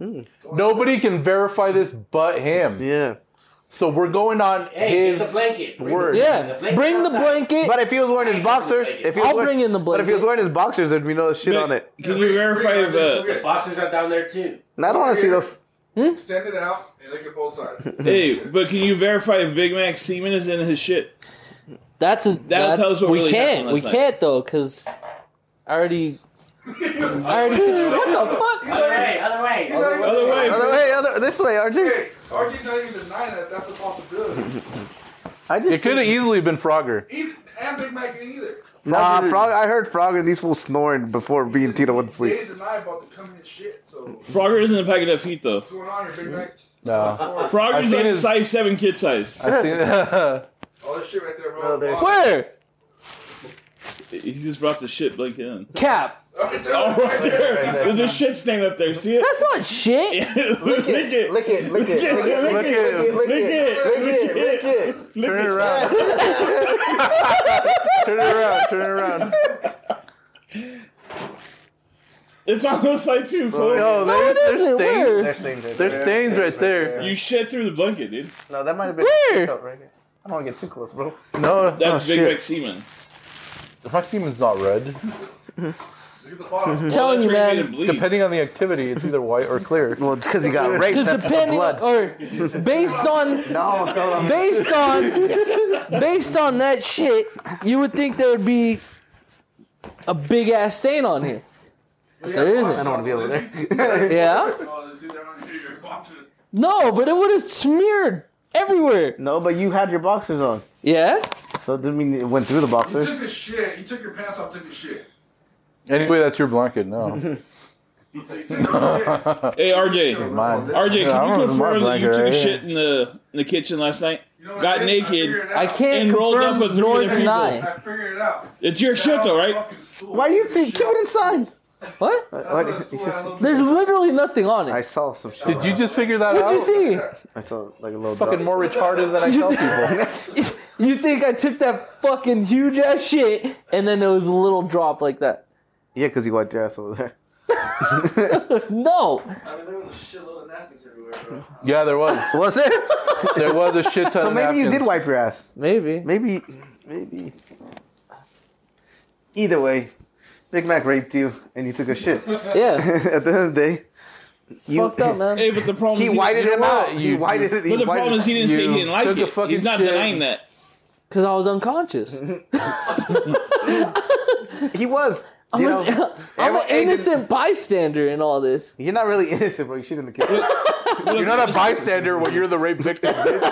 Speaker 2: Nobody can verify this but him.
Speaker 1: Yeah.
Speaker 2: So we're going on
Speaker 4: Hey,
Speaker 2: his.
Speaker 4: get the blanket. Bring
Speaker 2: word.
Speaker 4: The,
Speaker 3: Yeah. Bring the
Speaker 4: outside.
Speaker 3: blanket.
Speaker 1: But if he was wearing his boxers, if he was
Speaker 3: I'll
Speaker 1: wearing,
Speaker 3: bring in the
Speaker 1: But if he was
Speaker 3: blanket.
Speaker 1: wearing his boxers, there'd be no shit
Speaker 5: Nick,
Speaker 1: on it.
Speaker 5: Can you verify if uh,
Speaker 4: The boxers are down there too.
Speaker 1: And I don't want to see those.
Speaker 6: Extend it out and look at both sides.
Speaker 5: hey, but can you verify if Big Mac semen is in his shit?
Speaker 3: That's a that,
Speaker 5: tells what
Speaker 3: we
Speaker 5: really happened
Speaker 3: can't
Speaker 5: last
Speaker 3: we
Speaker 5: night.
Speaker 3: can't though because I already I already what the fuck
Speaker 4: Other way, other way.
Speaker 6: He's not even-
Speaker 5: Other way.
Speaker 1: Other way, other this way, RJ.
Speaker 6: Hey, RJ's not even denying that. That's a possibility.
Speaker 1: I just
Speaker 2: it could have easily been Frogger.
Speaker 6: Even, and Big Mac didn't either.
Speaker 1: Nah, Uh, Frog. I heard Frog and these fools snoring before B and Tito went to
Speaker 6: They
Speaker 1: sleep.
Speaker 6: didn't deny about the coming in shit. So what's
Speaker 5: Frogger isn't a packet of feet though.
Speaker 6: going on here, Big Mac?
Speaker 2: No, I've
Speaker 5: Frogger's
Speaker 2: seen
Speaker 5: like
Speaker 2: his-
Speaker 5: size seven kid size.
Speaker 2: I've seen.
Speaker 6: All Oh, this shit right there, bro.
Speaker 1: No, there's-
Speaker 6: All
Speaker 3: where
Speaker 5: He just brought the shit blanket in.
Speaker 3: cap
Speaker 6: right there.
Speaker 5: Oh, right there. There's a shit stain up there. See it?
Speaker 3: that's not shit
Speaker 5: Look it. Look
Speaker 1: it, lick
Speaker 5: it, look
Speaker 1: lick
Speaker 5: it,
Speaker 1: it,
Speaker 5: Look it. Look it.
Speaker 2: Turn it around. turn it around. Turn it around.
Speaker 5: It's on the side too, fool.
Speaker 2: No,
Speaker 3: No, it
Speaker 2: there's, there's
Speaker 3: isn't.
Speaker 2: stains.
Speaker 3: Where?
Speaker 1: stains right
Speaker 2: There's stains right there.
Speaker 5: You shit through the blanket, dude.
Speaker 1: No, that might have been
Speaker 3: Where?
Speaker 1: up right here. I don't want to get too close, bro.
Speaker 2: No,
Speaker 5: That's
Speaker 2: oh,
Speaker 5: Big
Speaker 2: shit.
Speaker 5: Mac semen.
Speaker 2: My semen's not red.
Speaker 6: Look at the bottom.
Speaker 3: telling you
Speaker 5: That's where you
Speaker 3: man
Speaker 5: made it bleed.
Speaker 2: Depending on the activity, it's either white or clear.
Speaker 1: Well, it's because he got raped.
Speaker 3: because
Speaker 1: That's the
Speaker 3: depending
Speaker 1: blood.
Speaker 3: or based on
Speaker 1: no, no, no.
Speaker 3: based on based on that shit you would think there would be a big ass stain on here there isn't.
Speaker 1: I don't want to be over there.
Speaker 3: yeah
Speaker 6: Oh, it's either on here, your bottom.
Speaker 3: no but it would have smeared everywhere
Speaker 1: No, but you had your boxers on,
Speaker 3: yeah
Speaker 1: so it didn't mean it went through the
Speaker 6: You
Speaker 1: boxers.
Speaker 6: took a shit. You took your pants off. Took a shit.
Speaker 2: Anyway, that's your blanket. No,
Speaker 6: So you took a shit.
Speaker 5: Hey, RJ.
Speaker 2: mine.
Speaker 5: RJ,
Speaker 2: Yeah, I
Speaker 5: can you
Speaker 2: don't know my
Speaker 5: confirm that you
Speaker 2: blanket
Speaker 5: took
Speaker 2: right
Speaker 5: a
Speaker 2: here.
Speaker 5: shit in the in the kitchen last night?
Speaker 6: You know what
Speaker 5: Got
Speaker 6: it is? I figured
Speaker 5: naked.
Speaker 6: it
Speaker 3: I
Speaker 6: out.
Speaker 3: can't
Speaker 5: And rolled up
Speaker 3: confirm
Speaker 5: with three
Speaker 3: nor
Speaker 5: other people.
Speaker 3: deny
Speaker 6: I figured it out.
Speaker 5: It's your shit though, right?
Speaker 1: Why you think? Keep it inside.
Speaker 3: what
Speaker 1: Why do- it's just-
Speaker 3: There's literally nothing on
Speaker 1: I
Speaker 3: it.
Speaker 1: saw some shit.
Speaker 2: Did you just figure that
Speaker 3: What'd
Speaker 2: out?
Speaker 3: you see?
Speaker 1: I saw like a little
Speaker 2: Fucking
Speaker 1: dot.
Speaker 2: more retarded than I tell people.
Speaker 3: You think I took that fucking huge ass shit and then it was a little drop like that?
Speaker 1: Yeah, because you wiped your ass over there.
Speaker 3: No.
Speaker 6: I mean, there was a shitload of napkins everywhere, bro.
Speaker 2: Yeah, there was.
Speaker 1: Was it?
Speaker 2: There was a shit ton.
Speaker 1: so
Speaker 2: of
Speaker 1: maybe you did
Speaker 2: napkins.
Speaker 1: wipe your ass.
Speaker 3: Maybe.
Speaker 1: Maybe, maybe. Either way, Big Mac raped you, and you took a shit.
Speaker 3: Yeah.
Speaker 1: At the end of the day, you
Speaker 3: Fucked up, man.
Speaker 5: Hey, but the problem
Speaker 1: He
Speaker 5: is he-
Speaker 1: whited
Speaker 2: know
Speaker 1: him
Speaker 2: what?
Speaker 1: out. he
Speaker 2: You-
Speaker 1: whited it.
Speaker 5: But
Speaker 1: he
Speaker 5: the
Speaker 1: whited-
Speaker 5: problem is he didn't say he
Speaker 2: You
Speaker 5: didn't like
Speaker 2: took a
Speaker 5: it.
Speaker 2: fucking
Speaker 5: He's not
Speaker 2: shit.
Speaker 5: denying that.
Speaker 3: Because I was unconscious.
Speaker 1: He was.
Speaker 3: I'm,
Speaker 1: You
Speaker 3: an,
Speaker 1: know,
Speaker 3: I'm an
Speaker 1: every-
Speaker 3: innocent bystander in all this.
Speaker 1: You're not really innocent, bro. You shit in the kitchen.
Speaker 2: You're not a bystander when you're the rape victim.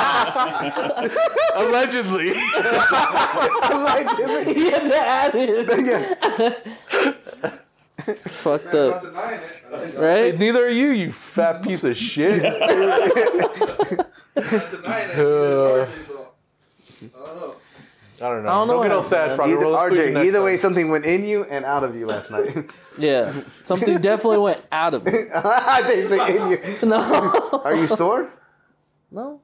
Speaker 2: bitch. Allegedly.
Speaker 1: Allegedly.
Speaker 3: he had to add it.
Speaker 1: Yeah.
Speaker 3: Fucked
Speaker 6: I'm not
Speaker 3: up.
Speaker 6: denying it.
Speaker 3: Right?
Speaker 2: Neither are you, you fat piece of shit.
Speaker 6: I'm not denying it.
Speaker 2: Uh.
Speaker 6: It's RJ, so. I don't know.
Speaker 2: I don't know.
Speaker 3: I don't know
Speaker 2: Don't get all
Speaker 3: what
Speaker 2: sad,
Speaker 3: happened,
Speaker 2: Frogger.
Speaker 1: Either,
Speaker 2: We'll include you
Speaker 1: RJ,
Speaker 2: next
Speaker 1: either way,
Speaker 2: time.
Speaker 1: something went in you and out of you last night.
Speaker 3: Yeah. Something definitely went out of me.
Speaker 1: I think it's like in you.
Speaker 3: No.
Speaker 1: Are you sore?
Speaker 3: No.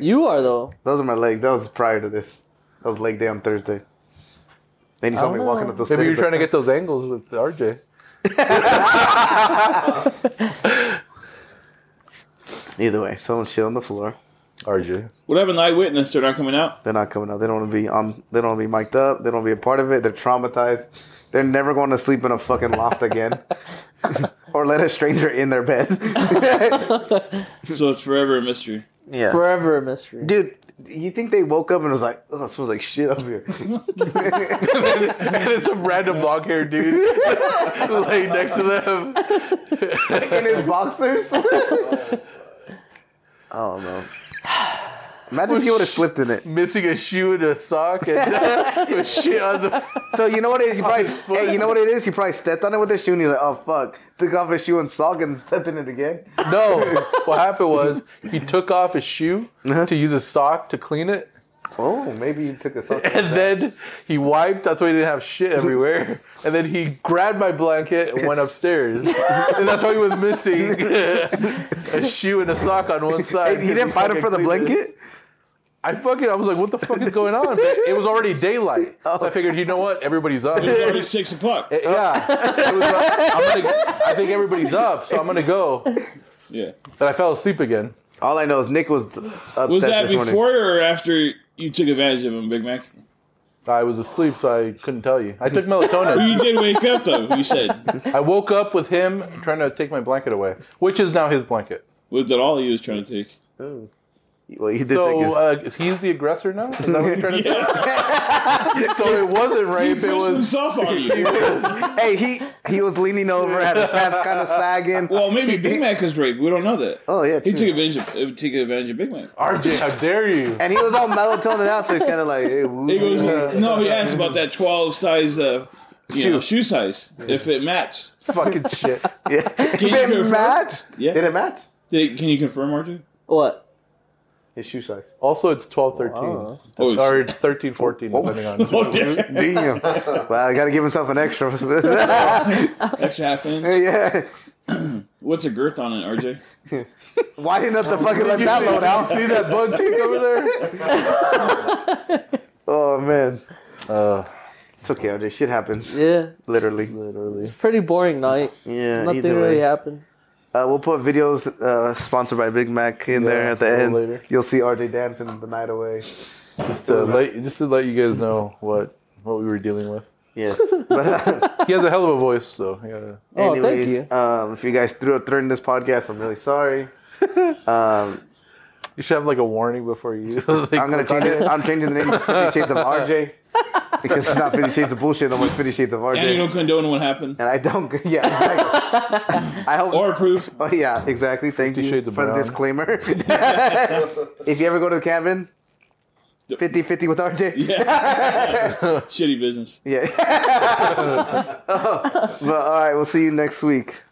Speaker 3: You are, though.
Speaker 1: Those are my legs. That was prior to this. That was leg day on Thursday. Then you saw me
Speaker 3: don't
Speaker 1: walking
Speaker 3: know.
Speaker 1: up those
Speaker 2: Maybe you're
Speaker 1: stairs.
Speaker 2: trying to get those angles with RJ.
Speaker 1: Either way, someone's shit on the floor.
Speaker 2: RJ.
Speaker 5: What happened? The eyewitness, they're not coming out.
Speaker 1: They're not coming out. They don't want to be on. They don't want to be mic'd up. They don't want to be a part of it. They're traumatized. They're never going to sleep in a fucking loft again, or let a stranger in their bed.
Speaker 5: So it's forever a mystery.
Speaker 1: yeah,
Speaker 3: Forever a mystery.
Speaker 1: dude. You think they woke up and was like, "Oh, it smells like shit up here."
Speaker 2: and it's some random long haired dude laying next to them.
Speaker 1: in his boxers. I don't know. Imagine if he would have slipped in it.
Speaker 2: missing a shoe and a sock and with shit on the.
Speaker 1: So you know what it is? He probably,
Speaker 2: his foot.
Speaker 1: hey, you know what it is? He probably stepped on it with his shoe and he's like, oh fuck. Took off his shoe and sock and stepped in it again.
Speaker 2: No, what happened was he took off his shoe to use a sock to clean it,
Speaker 1: Oh, maybe he took a sock.
Speaker 2: and then he wiped. That's why he didn't have shit everywhere. And then he grabbed my blanket and went upstairs, and that's why he was missing a shoe and a sock on one side.
Speaker 1: Hey, he didn't fight him for the
Speaker 2: fucking cleaned it.
Speaker 1: blanket?
Speaker 2: I fucking I was like, what the fuck is going on? But it was already daylight,
Speaker 1: Oh.
Speaker 2: so I figured, you know what, everybody's up.
Speaker 8: It's already six o'clock.
Speaker 2: Yeah, It was like, I'm gonna, I think everybody's up, so I'm gonna go.
Speaker 8: Yeah.
Speaker 2: And I fell asleep again.
Speaker 1: All I know is Nick was upset
Speaker 8: Was that
Speaker 1: this morning.
Speaker 8: before or after you took advantage of him, Big Mac?
Speaker 2: I was asleep, so I couldn't tell you. I took
Speaker 8: You
Speaker 2: melatonin.
Speaker 8: did wake up though. You said
Speaker 2: I woke up with him trying to take my blanket away, which is now his blanket.
Speaker 8: was that all he was trying to take?
Speaker 1: Well, he did
Speaker 2: So
Speaker 1: take his.
Speaker 2: uh, is he's the aggressor now? Is that what you're trying to say? So it wasn't
Speaker 8: He
Speaker 2: rape. It
Speaker 8: pushed
Speaker 2: was
Speaker 8: himself on you.
Speaker 1: hey, he he was leaning over, had his pants kind of sagging.
Speaker 8: Well, maybe Big Mac is raped. We don't know that.
Speaker 1: Oh yeah,
Speaker 8: He
Speaker 1: true.
Speaker 8: took advantage of, uh, took advantage of Big Mac.
Speaker 2: RJ. How dare you?
Speaker 1: and he was all melatonin out, so he's kind of like, hey, woo. Uh,
Speaker 8: He goes, no, he asked about that 12 size uh, you
Speaker 2: Shoe.
Speaker 8: know, shoe size, if it matched.
Speaker 2: Fucking shit.
Speaker 1: yeah.
Speaker 8: Can you
Speaker 1: Did it
Speaker 8: confirm?
Speaker 1: match?
Speaker 8: Yeah.
Speaker 1: Did it match?
Speaker 8: Did- can you confirm, RJ?
Speaker 3: What?
Speaker 1: His shoe size.
Speaker 2: Also, it's 12, 13.
Speaker 8: Oh,
Speaker 2: Or 13, 14, depending on.
Speaker 8: oh damn.
Speaker 1: Damn. Wow, he got to give himself an extra. yeah.
Speaker 8: Extra half inch. What's a girth on it, RJ?
Speaker 1: Why didn't have to fucking let that load out?
Speaker 2: See that bug kick over there?
Speaker 1: Oh man,
Speaker 2: Uh,
Speaker 1: it's okay. RJ. Shit happens.
Speaker 3: Yeah,
Speaker 1: Literally.
Speaker 2: literally.
Speaker 3: pretty boring night.
Speaker 1: Yeah.
Speaker 3: Nothing
Speaker 1: either way.
Speaker 3: really happened.
Speaker 1: Uh, we'll put videos uh, sponsored by Big Mac in there
Speaker 2: Yeah,
Speaker 1: at the
Speaker 2: a little
Speaker 1: end.
Speaker 2: later.
Speaker 1: You'll see RJ dancing the night away.
Speaker 2: Just to let just to let you guys know what what we were dealing with.
Speaker 1: Yes. But,
Speaker 2: He has a hell of a voice, so I gotta-
Speaker 3: Oh,
Speaker 1: anyways,
Speaker 3: thank you.
Speaker 1: Um, if you guys threw up during this podcast, I'm really sorry. Um,
Speaker 2: you should have like a warning before you. like,
Speaker 1: I'm gonna change it. I'm changing the name to Fifty Shades of RJ because it's not Fifty Shades of bullshit. No more Fifty Shades of
Speaker 8: And you
Speaker 1: RJ.
Speaker 8: don't condone what happened
Speaker 1: And I don't. Yeah. Exactly. I hope.
Speaker 8: or approve.
Speaker 1: Oh yeah, exactly. Thank
Speaker 2: Fifty
Speaker 1: you
Speaker 2: Shades of
Speaker 1: for the
Speaker 2: Brown.
Speaker 1: disclaimer. if you ever go to the cabin, 50-50 with RJ.
Speaker 8: Shitty business.
Speaker 1: Oh, Yeah. but all right, we'll see you next week.